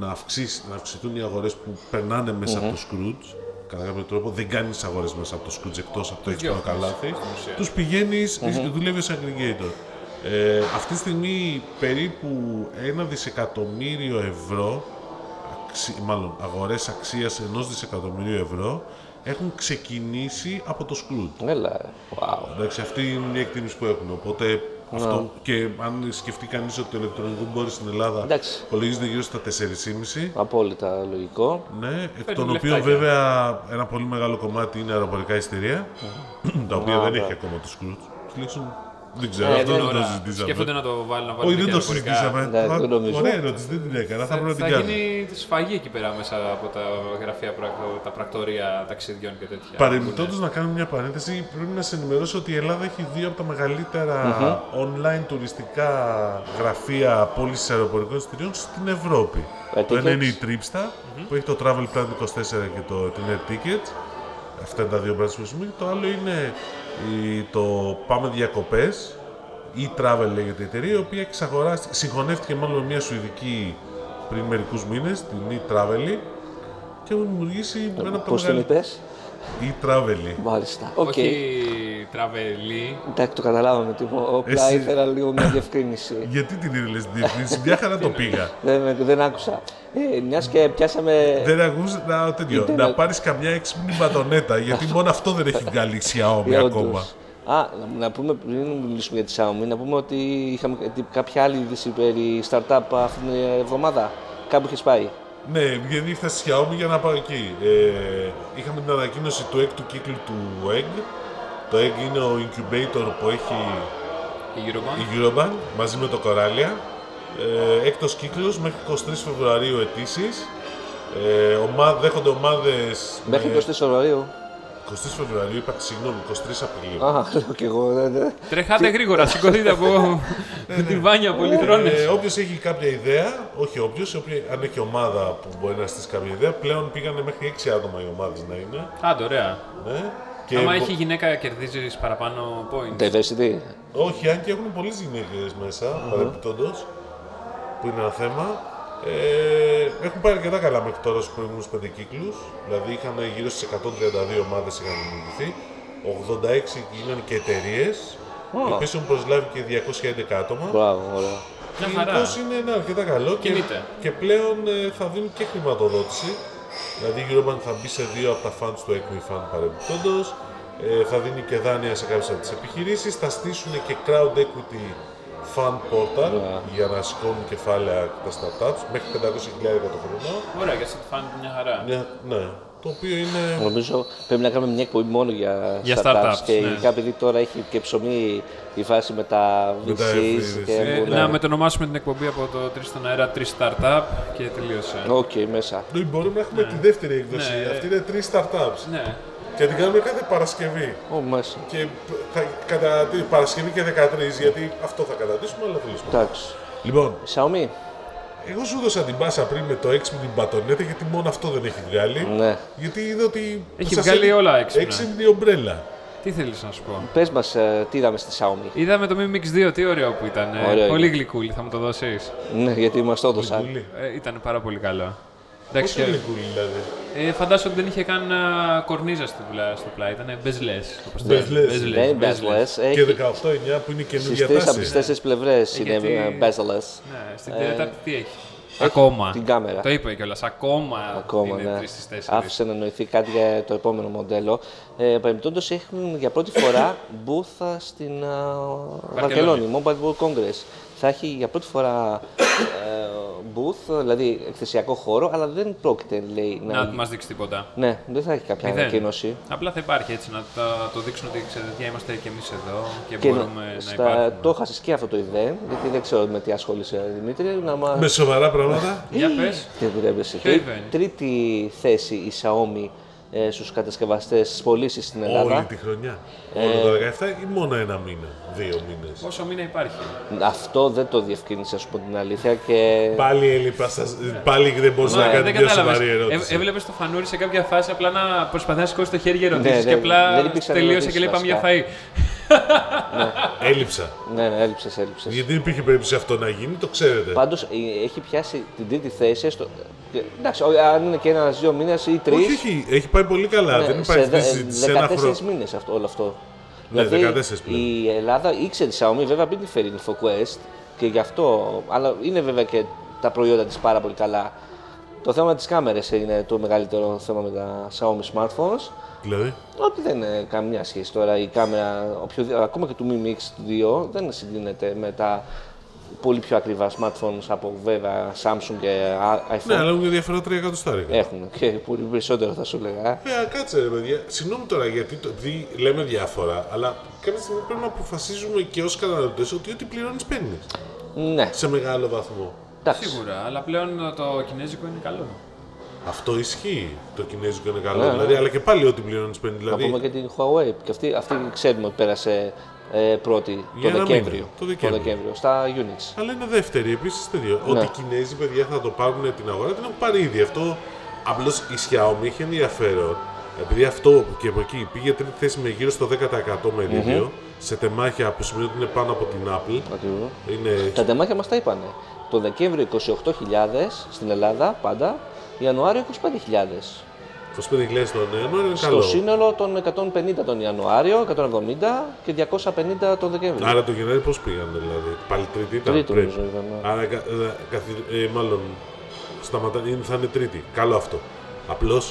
[SPEAKER 2] να, αυξήσει, να αυξηθούν οι αγορές που περνάνε μέσα από το Scrooge. Κατά κάποιο τρόπο δεν κάνεις αγορές μέσα από το Scrooge εκτός από το έξυπνο
[SPEAKER 4] διώχνεις,
[SPEAKER 2] καλάθι. Τους πηγαίνεις, δουλεύει ω aggregator. Ε, αυτή τη στιγμή περίπου ένα δισεκατομμύριο ευρώ αξι... μάλλον αγορές αξίας ενός δισεκατομμυρίου ευρώ έχουν ξεκινήσει από το Scrooge.
[SPEAKER 1] Έλα. ρε. Wow.
[SPEAKER 2] Εντάξει, αυτή είναι μια εκτίμηση που έχουν. Οπότε αυτό και αν σκεφτεί κανείς ότι το ηλεκτρονικό μπορεί στην Ελλάδα
[SPEAKER 1] Εντάξει.
[SPEAKER 2] υπολογίζεται γύρω στα 4,5.
[SPEAKER 1] Απόλυτα λογικό.
[SPEAKER 2] Ναι, εκ των
[SPEAKER 4] λεφτάκια.
[SPEAKER 2] οποίων βέβαια ένα πολύ μεγάλο κομμάτι είναι αεροπορικά εισιτήρια, τα οποία δεν έχει ακόμα το Scrooge. Τουλάχιστον δεν ξέρω,
[SPEAKER 1] Ε,
[SPEAKER 2] αυτό
[SPEAKER 1] δεν
[SPEAKER 2] δεν το
[SPEAKER 4] Τώρα, Σκέφτονται
[SPEAKER 2] συζητήσαμε.
[SPEAKER 4] να το βάλουν να βάλουν
[SPEAKER 2] Όχι,
[SPEAKER 4] και
[SPEAKER 2] δεν το
[SPEAKER 4] αεροπορικά.
[SPEAKER 2] συζητήσαμε.
[SPEAKER 1] Ναι, δεν νομίζω.
[SPEAKER 2] Ωραία ερώτηση, δεν την έκανα. Θα πρέπει
[SPEAKER 4] Θα,
[SPEAKER 2] να την
[SPEAKER 4] θα
[SPEAKER 2] κάνω.
[SPEAKER 4] γίνει σφαγή εκεί πέρα μέσα από τα γραφεία, πρακτο- τα πρακτορία ταξιδιών και τέτοια.
[SPEAKER 2] Παρεμπιπτόντως, να κάνουμε μια παρένθεση, πρέπει να σε ενημερώσω ότι η Ελλάδα έχει δύο από τα μεγαλύτερα online τουριστικά γραφεία πώληση αεροπορικών εισιτηρίων στην Ευρώπη.
[SPEAKER 1] Τα
[SPEAKER 2] Το ένα
[SPEAKER 1] tickets.
[SPEAKER 2] είναι η Tripsta, που έχει το Travel Plan 24 και το την Air Tickets. Αυτά είναι τα δύο πράγματα που χρησιμοποιεί. Το άλλο είναι η- το Πάμε Διακοπές, ή Travel λέγεται η εταιρεία, η οποία εξαγοράστηκε- συγχωνεύτηκε μάλλον με μια Σουηδική πριν μερικούς μήνες, την e-Travel, και έχουν δημιουργήσει
[SPEAKER 1] Ε,
[SPEAKER 2] ένα από τα
[SPEAKER 1] Πώς την
[SPEAKER 2] μεγαλύτερα.
[SPEAKER 1] είπε,
[SPEAKER 2] E-Travel.
[SPEAKER 1] Μάλιστα. Οκ.
[SPEAKER 4] Όχι τραβελή.
[SPEAKER 1] Εντάξει, το καταλάβαμε. Τύπο. Απλά
[SPEAKER 2] Εσύ-
[SPEAKER 1] ήθελα λίγο μια διευκρίνηση.
[SPEAKER 2] Γιατί την ήθελες την διευθύνση, μια χαρά το πήγα.
[SPEAKER 1] δεν, με- δεν άκουσα. Ε, Μιας και πιάσαμε.
[SPEAKER 2] Δεν ακούς να, τέτοιο, να πάρεις καμιά έξυπνη μπατονέτα, γιατί μόνο αυτό δεν έχει βγάλει η Xiaomi
[SPEAKER 1] Ε, όντως.
[SPEAKER 2] ακόμα.
[SPEAKER 1] Α, να- να πούμε πριν μιλήσουμε για τη Xiaomi, να πούμε ότι είχαμε κάτι- κάποια άλλη είδηση περί startup αυτήν την εβδομάδα. Κάπου είχες πάει.
[SPEAKER 2] Ναι, γιατί ήρθα στη Xiaomi για να πάω εκεί. Ε, είχαμε την ανακοίνωση του έκτου κύκλου του EGG. Το EGG είναι ο incubator που έχει
[SPEAKER 4] Η
[SPEAKER 2] η
[SPEAKER 4] Eurobond.
[SPEAKER 2] Eurobank μαζί με το Κοράλια. Ε, έκτος κύκλος μέχρι 23 Φεβρουαρίου ετήσεις. Ε, ομά, δέχονται ομάδες...
[SPEAKER 1] Μέχρι
[SPEAKER 2] με-
[SPEAKER 1] 23 Φεβρουαρίου.
[SPEAKER 2] 23 Φεβρουαρίου, είπα, συγγνώμη, 23 Απριλίου.
[SPEAKER 1] Α, λέω κι εγώ. δεν- δεν-
[SPEAKER 4] Τρεχάτε γρήγορα, σηκωθείτε
[SPEAKER 2] Ναι,
[SPEAKER 4] από την βάνια πολυθρόνες.
[SPEAKER 2] Ε, όποιος έχει κάποια ιδέα, όχι όποιος, αν έχει ομάδα που μπορεί να στήσει κάποια ιδέα, πλέον πήγανε μέχρι 6 άτομα οι ομάδες να είναι.
[SPEAKER 4] Άντε, ωραία.
[SPEAKER 2] Ναι. Και
[SPEAKER 4] Άμα
[SPEAKER 2] μπο-
[SPEAKER 4] έχει γυναίκα κερδίζεις παραπάνω
[SPEAKER 1] Ναι,
[SPEAKER 4] points.
[SPEAKER 1] Diversity.
[SPEAKER 2] Όχι, αν και έχουν πολλές γυναίκες μέσα, παρεμπιπτόντως, που είναι ένα θέμα. Ε, έχουν πάρει αρκετά καλά μέχρι τώρα στους προηγούμενους πέντε κύκλους. Δηλαδή είχαν γύρω στις 132 ομάδες είχαν δημιουργηθεί. 86 γίνανε και εταιρείες. Οι οποίες έχουν προσλάβει και 211 άτομα.
[SPEAKER 1] Μπράβο, ωραία.
[SPEAKER 4] Μια
[SPEAKER 2] Γενικώς
[SPEAKER 4] χαρά.
[SPEAKER 2] είναι ένα αρκετά καλό και,
[SPEAKER 4] Κινείται.
[SPEAKER 2] και πλέον ε, θα δίνουν και χρηματοδότηση. Δηλαδή η Eurobank θα μπει σε δύο από τα funds του Equi Fund παρεμπιπτόντως, ε, θα δίνει και δάνεια σε κάποιες από τις επιχειρήσεις, θα στήσουν και crowd equity fund portal για να σηκώνουν κεφάλαια τα startups μέχρι 500.000 το χρόνο.
[SPEAKER 4] Ωραία, και αυτό φάνηκε μια χαρά.
[SPEAKER 2] Ναι, ναι. το οποίο είναι
[SPEAKER 1] Νομίζω πρέπει να κάνουμε μια εκπομπή μόνο για,
[SPEAKER 3] Για startups,
[SPEAKER 1] και
[SPEAKER 3] ναι.
[SPEAKER 1] ειδικά επειδή τώρα έχει και ψωμί η φάση με τα
[SPEAKER 2] Με τα
[SPEAKER 1] VCs και
[SPEAKER 2] Ε,
[SPEAKER 1] έχουν-
[SPEAKER 3] Να μετονομάσουμε την εκπομπή από το 3 στον αέρα, 3 startup και τελείωσε.
[SPEAKER 1] Οκ, μέσα.
[SPEAKER 2] Ναι, μπορούμε να έχουμε τη δεύτερη έκδοση.
[SPEAKER 3] Ναι.
[SPEAKER 2] Αυτή είναι τρεις startups.
[SPEAKER 3] Ναι.
[SPEAKER 2] Και την κάνουμε κάθε Παρασκευή.
[SPEAKER 1] Ω, μέσα.
[SPEAKER 2] Και π- θα κατα... Παρασκευή και 13, γιατί αυτό θα κατατήσουμε, αλλά τέλο πάντων.
[SPEAKER 1] Εντάξει.
[SPEAKER 2] Λοιπόν,
[SPEAKER 1] Xiaomi.
[SPEAKER 2] εγώ σου έδωσα την πάσα πριν με το έξυπνη μπατονέτα, γιατί μόνο αυτό δεν έχει βγάλει.
[SPEAKER 1] Ναι.
[SPEAKER 2] Γιατί είδα ότι.
[SPEAKER 3] Έχει
[SPEAKER 2] σας
[SPEAKER 3] βγάλει
[SPEAKER 2] έδει-
[SPEAKER 3] όλα έξυπνα.
[SPEAKER 2] Έξυπνη ομπρέλα.
[SPEAKER 3] Τι θέλεις να σου πω.
[SPEAKER 1] Πες μας ε, τι είδαμε στη Xiaomi.
[SPEAKER 3] Είδαμε το Mi Mix 2, τι ωραίο που ήταν. ε.
[SPEAKER 1] Ωραίο
[SPEAKER 3] πολύ
[SPEAKER 1] είναι.
[SPEAKER 3] γλυκούλι, θα μου το δώσεις.
[SPEAKER 1] Ναι, γιατί μας το έδωσαν.
[SPEAKER 2] Γλυκούλη.
[SPEAKER 3] Ε, ήταν πάρα πολύ καλό. Εντάξει,
[SPEAKER 2] Πόσο
[SPEAKER 3] και-
[SPEAKER 2] γλυκούλη δηλαδή.
[SPEAKER 3] ε, φαντάζομαι ότι δεν είχε καν α, κορνίζα στο πλάι, στο πλάι. ήταν μπεζλές. όπως το λένε.
[SPEAKER 2] Bezeless.
[SPEAKER 3] Bezeless,
[SPEAKER 1] Δεν είναι
[SPEAKER 3] bezeless.
[SPEAKER 1] bezeless.
[SPEAKER 2] Και
[SPEAKER 1] Ναι, Έχει
[SPEAKER 2] 18-9 που είναι
[SPEAKER 1] στις
[SPEAKER 2] καινούργια
[SPEAKER 1] τρεις από
[SPEAKER 2] τάση.
[SPEAKER 1] τις τέσσερις πλευρές είναι
[SPEAKER 3] γιατί-
[SPEAKER 1] ε, bezeless.
[SPEAKER 3] Ναι, στην τέταρτη τι έχει. Ακόμα.
[SPEAKER 1] Ε, την κάμερα.
[SPEAKER 3] Το είπε κιόλας. Ακόμα,
[SPEAKER 1] Ακόμα,
[SPEAKER 3] είναι
[SPEAKER 1] ναι.
[SPEAKER 3] 3 στι 4.
[SPEAKER 1] Άφησε να νοηθεί κάτι για το επόμενο μοντέλο. Ε, Παρεμπιπτόντως, έχουν για πρώτη φορά μπούθα στην α, Βαρκελόνη, Mobile World Congress. Θα έχει για πρώτη φορά ε, booth, δηλαδή εκθεσιακό χώρο, αλλά δεν πρόκειται, λέει, να...
[SPEAKER 3] Να μας δείξει τίποτα.
[SPEAKER 1] Ναι, δεν θα έχει κάποια
[SPEAKER 3] Μηδέν.
[SPEAKER 1] ανακοίνωση.
[SPEAKER 3] Απλά θα υπάρχει έτσι, να τα- το δείξουν ότι ξέρετε, ποια είμαστε κι εμείς εδώ και,
[SPEAKER 1] Και
[SPEAKER 3] μπορούμε να
[SPEAKER 1] στα,
[SPEAKER 3] υπάρχουμε.
[SPEAKER 1] το χάσεις και αυτό το event, γιατί δεν ξέρω με τι ασχόλησε Δημήτρη, να μας...
[SPEAKER 2] Με σοβαρά πράγματα.
[SPEAKER 3] Για πες.
[SPEAKER 1] Δεν δουλεύεσαι.
[SPEAKER 3] Ποιο
[SPEAKER 1] Και
[SPEAKER 3] event?
[SPEAKER 1] Τρίτη θέση η Xiaomi ε, στους κατασκευαστές στις πωλήσεις στην Ε, Ελλάδα. Ε.
[SPEAKER 2] Όλη τη χρονιά. Όλο το 17 ή μόνο ένα μήνα, δύο μήνες.
[SPEAKER 3] Όσο μήνα υπάρχει.
[SPEAKER 1] Αυτό δεν το διευκρίνησε, ας πούμε την αλήθεια. Και...
[SPEAKER 2] Πάλι έλειπα, σας- πάλι δεν
[SPEAKER 1] Ναι,
[SPEAKER 2] μπορούσα να
[SPEAKER 3] Ε,
[SPEAKER 2] κάνω
[SPEAKER 3] δεν Ε,
[SPEAKER 2] μια σοβαρή
[SPEAKER 3] κατάλαβε.
[SPEAKER 2] ερώτηση.
[SPEAKER 3] Έβλεπες το φανούρι σε κάποια φάση απλά να προσπαθεί να σηκώσεις το χέρι για ερωτήσεις
[SPEAKER 1] Ναι,
[SPEAKER 3] και
[SPEAKER 1] δεν-
[SPEAKER 3] απλά
[SPEAKER 1] δεν υπήρξαν
[SPEAKER 3] τελείωσε
[SPEAKER 1] ερωτήσεις
[SPEAKER 3] και λέει πάμε για φαΐ.
[SPEAKER 1] βασικά.
[SPEAKER 2] Έλειψα.
[SPEAKER 1] Ναι, ναι, έλειψες, έλειψες.
[SPEAKER 2] Γιατί δεν υπήρχε περίπτωση αυτό να γίνει, το ξέρετε.
[SPEAKER 1] Πάντως ε, έχει πιάσει την τρίτη θέση. Στο... ε, Εντάξει, ο- αν είναι και ένα-δύο μήνες ή τρεις.
[SPEAKER 2] Όχι, όχι, έχει πάει πολύ καλά. δεν υπάρχει
[SPEAKER 1] Ναι, δε-
[SPEAKER 2] συζήτηση. Σε ένα
[SPEAKER 1] 14
[SPEAKER 2] χρόνο.
[SPEAKER 1] μήνες αυτό, όλο αυτό. Δηλαδή,
[SPEAKER 2] Ναι, 14 πλέον.
[SPEAKER 1] η Ελλάδα ήξερε τη Xiaomi, βέβαια πριν τη φέρει την InfoQuest και γι' αυτό, αλλά είναι βέβαια και τα προϊόντα της πάρα πολύ καλά. Το θέμα της κάμερας είναι το μεγαλύτερο θέμα με τα Xiaomi smartphones.
[SPEAKER 2] Δηλαδή,
[SPEAKER 1] Ότι δεν είναι καμιά σχέση τώρα η κάμερα, οποιο, ακόμα και του Mi Mix 2 δεν συγκρίνεται με τα πολύ πιο ακριβά smartphones από βέβαια Samsung και iPhone.
[SPEAKER 2] ναι, αλλά έχουν διαφορά 3 εκατοστάρικα.
[SPEAKER 1] Έχουν και πολύ περισσότερο θα σου λέγα.
[SPEAKER 2] Ε, κάτσε ρε παιδιά. Συγγνώμη τώρα γιατί το, δι, λέμε διάφορα, αλλά κάποια στιγμή πρέπει να αποφασίζουμε και ως καταναλωτές ότι ό,τι πληρώνεις παίρνεις.
[SPEAKER 1] Ναι,
[SPEAKER 2] Σε μεγάλο βαθμό.
[SPEAKER 1] εντάξει.
[SPEAKER 3] Σίγουρα, αλλά πλέον το κινέζικο είναι καλό.
[SPEAKER 2] Αυτό ισχύει. Το κινέζικο είναι καλό. δηλαδή, αλλά και πάλι ό,τι πληρώνεις παίρνει.
[SPEAKER 1] Ναι. Να
[SPEAKER 2] Δηλαδή,
[SPEAKER 1] πούμε και την Huawei, και αυτή, αυτή ξέρουμε ότι πέρασε ε, πρώτη
[SPEAKER 2] Για
[SPEAKER 1] το,
[SPEAKER 2] ένα
[SPEAKER 1] Δεκέμβριο,
[SPEAKER 2] μήνα, το Δεκέμβριο.
[SPEAKER 1] στα Unix.
[SPEAKER 2] Αλλά είναι δεύτερη επίσης τέτοιο.
[SPEAKER 1] Ναι.
[SPEAKER 2] Ότι οι Κινέζοι παιδιά θα το πάρουν την αγορά την έχουν πάρει ήδη. Αυτό απλώς η Xiaomi είχε ενδιαφέρον. Επειδή αυτό και από εκεί πήγε τρίτη θέση με γύρω στο 10% μερίδιο σε τεμάχια που σημαίνει ότι είναι πάνω από την Apple.
[SPEAKER 1] Ακριβώς.
[SPEAKER 2] Είναι
[SPEAKER 1] Τα τεμάχια μας τα είπανε. Το Δεκέμβριο 28.000 στην Ελλάδα πάντα, Ιανουάριο 25.000.
[SPEAKER 2] 25.000 τον Ιανουάριο, είναι
[SPEAKER 1] Στο
[SPEAKER 2] καλό.
[SPEAKER 1] σύνολο των 150 τον Ιανουάριο, 170 και 250 τον Δεκέμβριο.
[SPEAKER 2] Άρα το Γενάρη πώς πήγαν δηλαδή. Πάλι τρίτη ήταν.
[SPEAKER 1] Τρίτη,
[SPEAKER 2] πρέπει.
[SPEAKER 1] νομίζω, ήταν, ναι.
[SPEAKER 2] Άρα κα- ε, καθι- ε, μάλλον σταματά, είναι- θα είναι τρίτη. Καλό αυτό. Απλώς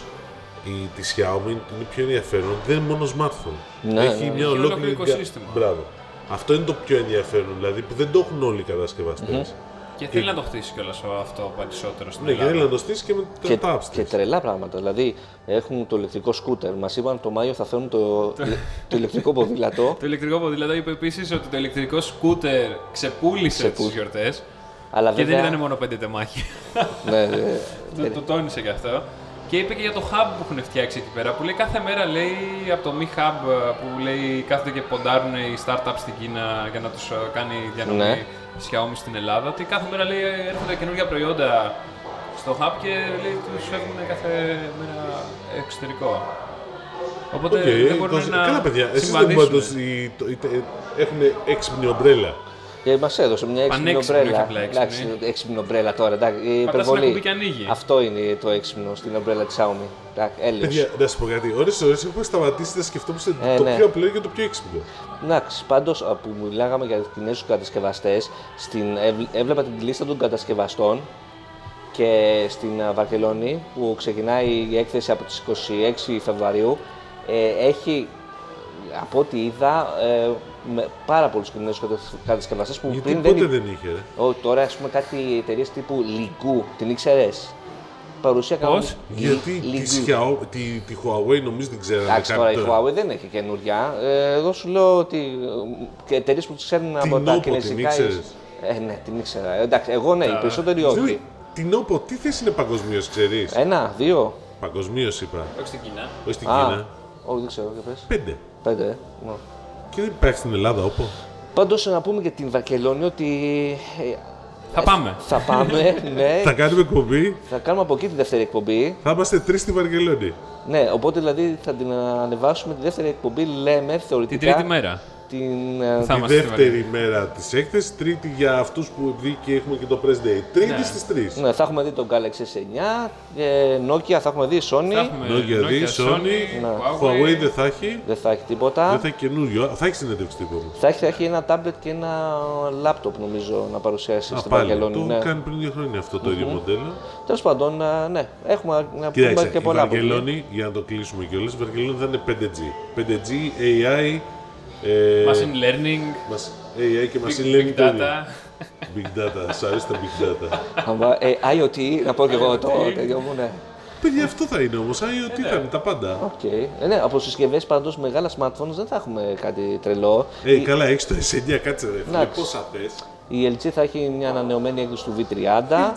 [SPEAKER 2] η τη Xiaomi είναι πιο ενδιαφέρον ότι δεν είναι μόνο smartphone.
[SPEAKER 1] Ναι,
[SPEAKER 2] Έχει
[SPEAKER 1] ναι.
[SPEAKER 2] μια
[SPEAKER 3] ολόκληρο
[SPEAKER 2] ολόκληρη.
[SPEAKER 3] οικοσύστημα.
[SPEAKER 2] Μπράβο. Αυτό είναι το πιο ενδιαφέρον δηλαδή που δεν το έχουν όλοι οι κατασκευαστες
[SPEAKER 3] Και θέλει να το χτίσει κιόλας αυτό περισσότερο στην
[SPEAKER 2] Ε, Ναι, και
[SPEAKER 3] Ελλάδα.
[SPEAKER 2] θέλει να το στήσει και με τα
[SPEAKER 1] και,
[SPEAKER 2] apps
[SPEAKER 1] και
[SPEAKER 2] της.
[SPEAKER 1] τρελά πράγματα. Δηλαδή, έχουν το ηλεκτρικό σκούτερ. Μας είπαν το Μάιο θα φέρουν το, το ηλεκτρικό ποδήλατο.
[SPEAKER 3] Το ηλεκτρικό ποδήλατο δηλαδή είπε επίσης ότι το ηλεκτρικό σκούτερ ξεπούλησε τις
[SPEAKER 1] Ξεπούλησε.
[SPEAKER 3] γιορτές.
[SPEAKER 1] αλλά
[SPEAKER 3] Και δεν
[SPEAKER 1] βέβαια.
[SPEAKER 3] ήταν μόνο πέντε τεμάχια.
[SPEAKER 1] ναι, ναι.
[SPEAKER 3] το, το τόνισε κι αυτό. Και είπε και για το hub που έχουν φτιάξει εκεί πέρα. Που λέει κάθε μέρα λέει από το Mi Hub ε, που λέει κάθονται και ποντάρουν οι startups στην Κίνα για να τους κάνει διανομή
[SPEAKER 1] Ναι.
[SPEAKER 3] Xiaomi στην Ελλάδα. Ότι κάθε μέρα λέει έρχονται καινούργια προϊόντα στο hub και λέει τους φεύγουν κάθε μέρα εξωτερικό. Οπότε
[SPEAKER 2] Οκ,
[SPEAKER 3] δεν μπορούν
[SPEAKER 2] το-
[SPEAKER 3] να.
[SPEAKER 2] Καλά, παιδιά. Εσείς δεν
[SPEAKER 3] συμβαδίσουν.
[SPEAKER 2] μπορείτε να το- οι- το- οι- ε, Έχουν έξυπνη ομπρέλα.
[SPEAKER 1] Και μας έδωσε μια έξυπνη
[SPEAKER 3] Πανέξυπνο, όχι
[SPEAKER 1] ομπρέλα.
[SPEAKER 3] απλά έξυπνη.
[SPEAKER 1] Εντάξει, έξυπνη ομπρέλα τώρα. Εντάξει, η
[SPEAKER 3] Πατάς ένα
[SPEAKER 1] υπερβολή.
[SPEAKER 3] κουμπί και ανοίγει.
[SPEAKER 1] Αυτό είναι το έξυπνο στην ομπρέλα της Xiaomi. Εντάξει, έλεος.
[SPEAKER 2] Παιδιά, να σου πω κάτι. Ωρες ώρες έχουμε σταματήσει να σκεφτόμαστε
[SPEAKER 1] Ε,
[SPEAKER 2] το
[SPEAKER 1] ναι.
[SPEAKER 2] πιο απλό και το πιο έξυπνο.
[SPEAKER 1] Εντάξει, πάντως που μιλάγαμε για του Κινέζους κατασκευαστές, έβλεπα την λίστα των κατασκευαστών και στην α, Βαρκελόνη που ξεκινάει η έκθεση από τις 26 Φεβρουαρίου ε, έχει από ό,τι είδα ε, με πάρα πολλούς Κινέζους κατασ- κατασκευαστές που
[SPEAKER 2] Γιατί
[SPEAKER 1] πριν
[SPEAKER 2] πότε
[SPEAKER 1] δεν,
[SPEAKER 2] δεν είχε. ρε.
[SPEAKER 1] Ω, τώρα, ας πούμε, κάτι εταιρείες τύπου Λιγκού, την ήξερες. παρουσία κανονική.
[SPEAKER 2] Γιατί της Xiao- τη, τη Huawei νομίζω δεν ξέρανε
[SPEAKER 1] Εντάξει,
[SPEAKER 2] κάτι
[SPEAKER 1] τώρα η
[SPEAKER 2] τώρα.
[SPEAKER 1] Huawei δεν έχει καινούρια. Ε, εγώ σου λέω ότι ε, εταιρείες που τις ξέρουν από
[SPEAKER 2] Oppo
[SPEAKER 1] τα
[SPEAKER 2] την
[SPEAKER 1] κινέζικα.
[SPEAKER 2] ήξερες?
[SPEAKER 1] Ε, ναι, την ήξερα. Ε, Εντάξει, εγώ ναι, οι περισσότεροι όχι. Ε.
[SPEAKER 2] Ζωή, Την Oppo, τι θέση είναι παγκοσμίως, ξέρεις.
[SPEAKER 1] Ένα, δύο.
[SPEAKER 2] Παγκοσμίως είπα.
[SPEAKER 5] Όχι στην Κίνα.
[SPEAKER 2] Όχι στην
[SPEAKER 1] Α,
[SPEAKER 2] Κίνα.
[SPEAKER 1] όχι, δεν ξέρω, για πες.
[SPEAKER 2] Πέντε.
[SPEAKER 1] Πέντε, ε. ναι.
[SPEAKER 2] Και δεν υπάρχει στην Ελλάδα Oppo.
[SPEAKER 1] Πάντως να πούμε για την Βαρκελόνη ότι ε,
[SPEAKER 3] Θα πάμε.
[SPEAKER 1] θα πάμε, ναι.
[SPEAKER 2] Θα κάνουμε εκπομπή,
[SPEAKER 1] Θα κάνουμε από εκεί τη δεύτερη εκπομπή.
[SPEAKER 2] θα είμαστε τρεις στη Βαρκελόνη.
[SPEAKER 1] Ναι, οπότε δηλαδή θα την ανεβάσουμε τη δεύτερη εκπομπή, λέμε
[SPEAKER 3] Την
[SPEAKER 1] θεωρητικά.
[SPEAKER 3] τρίτη μέρα.
[SPEAKER 1] Την, ε,
[SPEAKER 2] Η
[SPEAKER 3] Θα είμαστε στη Βαρκελόνη.
[SPEAKER 2] δεύτερη μέρα της έκθεσης, τρίτη για αυτούς που επειδή και έχουμε και το press day. Τρίτη στις τρεις.
[SPEAKER 1] ναι, θα έχουμε δει τον Galaxy S9, ε, Nokia θα έχουμε δει, Sony.
[SPEAKER 3] Θα έχουμε
[SPEAKER 2] Nokia δι, Sony, Huawei δεν θα έχει.
[SPEAKER 1] Δεν θα έχει τίποτα.
[SPEAKER 2] Δεν θα έχει καινούριο. Θα έχει συνέντευξη τύπου όμως.
[SPEAKER 1] Θα έχει, θα έχει ένα τάμπλετ και ένα λάπτοπ νομίζω να παρουσιάσει στην Βαρκελόνη.
[SPEAKER 2] Το
[SPEAKER 1] Ναι.
[SPEAKER 2] κάνει πριν δύο χρόνια αυτό το ίδιο μοντέλο.
[SPEAKER 1] Τέλος πάντων, ε, ναι, έχουμε να πούμε
[SPEAKER 2] Κοιτάξτε,
[SPEAKER 1] και
[SPEAKER 2] η
[SPEAKER 1] πολλά από εκεί.
[SPEAKER 2] Βαρκελόνη, για να το κλείσουμε κιόλας, η Βαρκελόνη θα είναι 5G. 5G, AI, ε,
[SPEAKER 3] Machine learning,
[SPEAKER 2] μας- AI και machine
[SPEAKER 3] big
[SPEAKER 2] learning.
[SPEAKER 3] data.
[SPEAKER 2] Big data. Σ' αρέσει τα big data.
[SPEAKER 1] Αν βα- ε, IoT, να πω και εγώ το τέτοιο μου, ναι.
[SPEAKER 2] Παιδιά, αυτό θα είναι όμως.
[SPEAKER 3] Ε,
[SPEAKER 2] IoT
[SPEAKER 3] ναι.
[SPEAKER 2] θα είναι τα πάντα.
[SPEAKER 1] Οκ. Ε, ναι, από συσκευές πάντως μεγάλα smartphones δεν θα έχουμε κάτι τρελό.
[SPEAKER 2] Ε, καλά, έχεις το S9, κάτσε ρε. φίλε,
[SPEAKER 1] Εντάξει.
[SPEAKER 2] Πόσα θες.
[SPEAKER 1] Η LG θα έχει μια ανανεωμένη έκδοση του V30.
[SPEAKER 2] Τα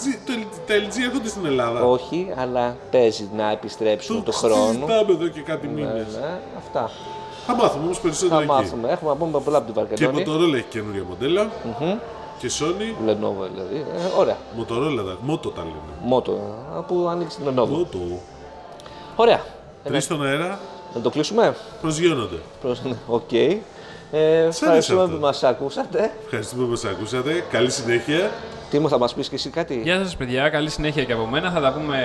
[SPEAKER 2] LG έρχονται στην Ελλάδα.
[SPEAKER 1] Όχι, αλλά παίζει να επιστρέψουμε το χρόνο.
[SPEAKER 2] Συζητάμε εδώ και κάτι μήνες.
[SPEAKER 1] Ναι, αυτά.
[SPEAKER 2] Θα μάθουμε όμως
[SPEAKER 1] Θα
[SPEAKER 2] περισσότερο εκεί.
[SPEAKER 1] μάθουμε. Έχουμε να πούμε πολλά από την
[SPEAKER 2] Και
[SPEAKER 1] Βαρκελόνη.
[SPEAKER 2] Motorola έχει καινούργια μοντέλα. Και Sony,
[SPEAKER 1] Lenovo δηλαδή. Ε, ωραία.
[SPEAKER 2] Motorola, τα- Moto τα λένε.
[SPEAKER 1] Μότο. ε, Που ανήκει στην Lenovo.
[SPEAKER 2] Moto.
[SPEAKER 1] Ωραία. Ε,
[SPEAKER 2] Τρεις στον αέρα
[SPEAKER 1] Να το κλείσουμε.
[SPEAKER 2] προσγειώνονται.
[SPEAKER 1] Προς- Οκ. Ε, ευχαριστούμε
[SPEAKER 2] αυτό.
[SPEAKER 1] που μας ακούσατε.
[SPEAKER 2] Ευχαριστούμε που μας ακούσατε. Καλή συνέχεια.
[SPEAKER 1] Τι μου θα μας πεις και εσύ κάτι.
[SPEAKER 3] Γεια σας παιδιά, καλή συνέχεια και από μένα. Θα τα πούμε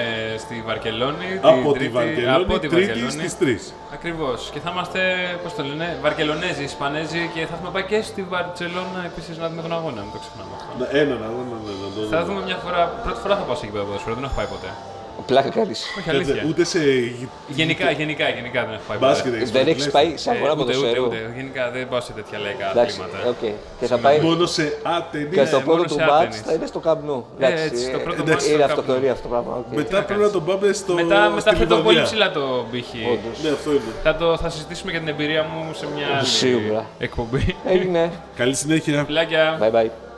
[SPEAKER 3] στη Βαρκελόνη. την
[SPEAKER 2] από τη
[SPEAKER 3] Τρίτη-
[SPEAKER 2] Βαρκελόνη,
[SPEAKER 3] από τη
[SPEAKER 2] Τρίτης
[SPEAKER 3] Βαρκελόνη.
[SPEAKER 2] στις 3.
[SPEAKER 3] Ακριβώς. Και θα είμαστε, πώς το λένε, Βαρκελονέζοι, Ισπανέζοι και θα έχουμε πάει και στη Βαρκελόνα επίσης να δούμε τον αγώνα, μην το ξεχνάμε αυτό.
[SPEAKER 2] Έναν αγώνα να- να τον
[SPEAKER 3] Θα δούμε μια φορά, πρώτη φορά θα πάω σε γήπεδο ποδοσφαίρου, δεν έχω πάει ποτέ.
[SPEAKER 1] Πλάκα κάνεις.
[SPEAKER 3] Όχι
[SPEAKER 2] Κάτσε,
[SPEAKER 3] αλήθεια.
[SPEAKER 2] Ούτε σε γη-
[SPEAKER 3] Γενικά, γενικά, γενικά δεν έχω πάει ποτέ.
[SPEAKER 2] μπάσκετ έχεις
[SPEAKER 1] Δεν έχεις
[SPEAKER 2] τουλάχιστον.
[SPEAKER 1] πάει σε
[SPEAKER 3] Ε,
[SPEAKER 1] αγορά
[SPEAKER 3] ούτε, ούτε,
[SPEAKER 1] ποδοσφαίρου.
[SPEAKER 3] ούτε. Γενικά δεν πάω σε τέτοια λαϊκά
[SPEAKER 1] Εντάξει, ε,
[SPEAKER 3] αθλήματα.
[SPEAKER 1] οκ. Και θα πάει
[SPEAKER 2] Μόνο σε άτενη.
[SPEAKER 1] και το πρώτο
[SPEAKER 3] μόνο
[SPEAKER 1] του
[SPEAKER 3] σε
[SPEAKER 1] μάτς
[SPEAKER 3] άτενες.
[SPEAKER 1] θα είναι στο καμπνού. ε,
[SPEAKER 3] έτσι, το πρώτο
[SPEAKER 2] μάτς
[SPEAKER 1] Είναι
[SPEAKER 3] στο Camp Nou.
[SPEAKER 1] αυτοκτονία αυτό το πράγμα. οκ.
[SPEAKER 2] Μετά πρέπει να τον πάμε στο.
[SPEAKER 3] Μετά, μετά
[SPEAKER 2] στη
[SPEAKER 3] φέτο πολύ
[SPEAKER 2] Λιβαδιά.
[SPEAKER 3] ψηλά το πύχη.
[SPEAKER 2] Ναι, αυτό είναι.
[SPEAKER 3] Θα, το, θα συζητήσουμε για την εμπειρία μου σε μια άλλη
[SPEAKER 1] Σίγουρα.
[SPEAKER 3] εκπομπή.
[SPEAKER 1] Έγινε.
[SPEAKER 2] Καλή συνέχεια.
[SPEAKER 3] Φιλάκια.
[SPEAKER 1] Bye bye.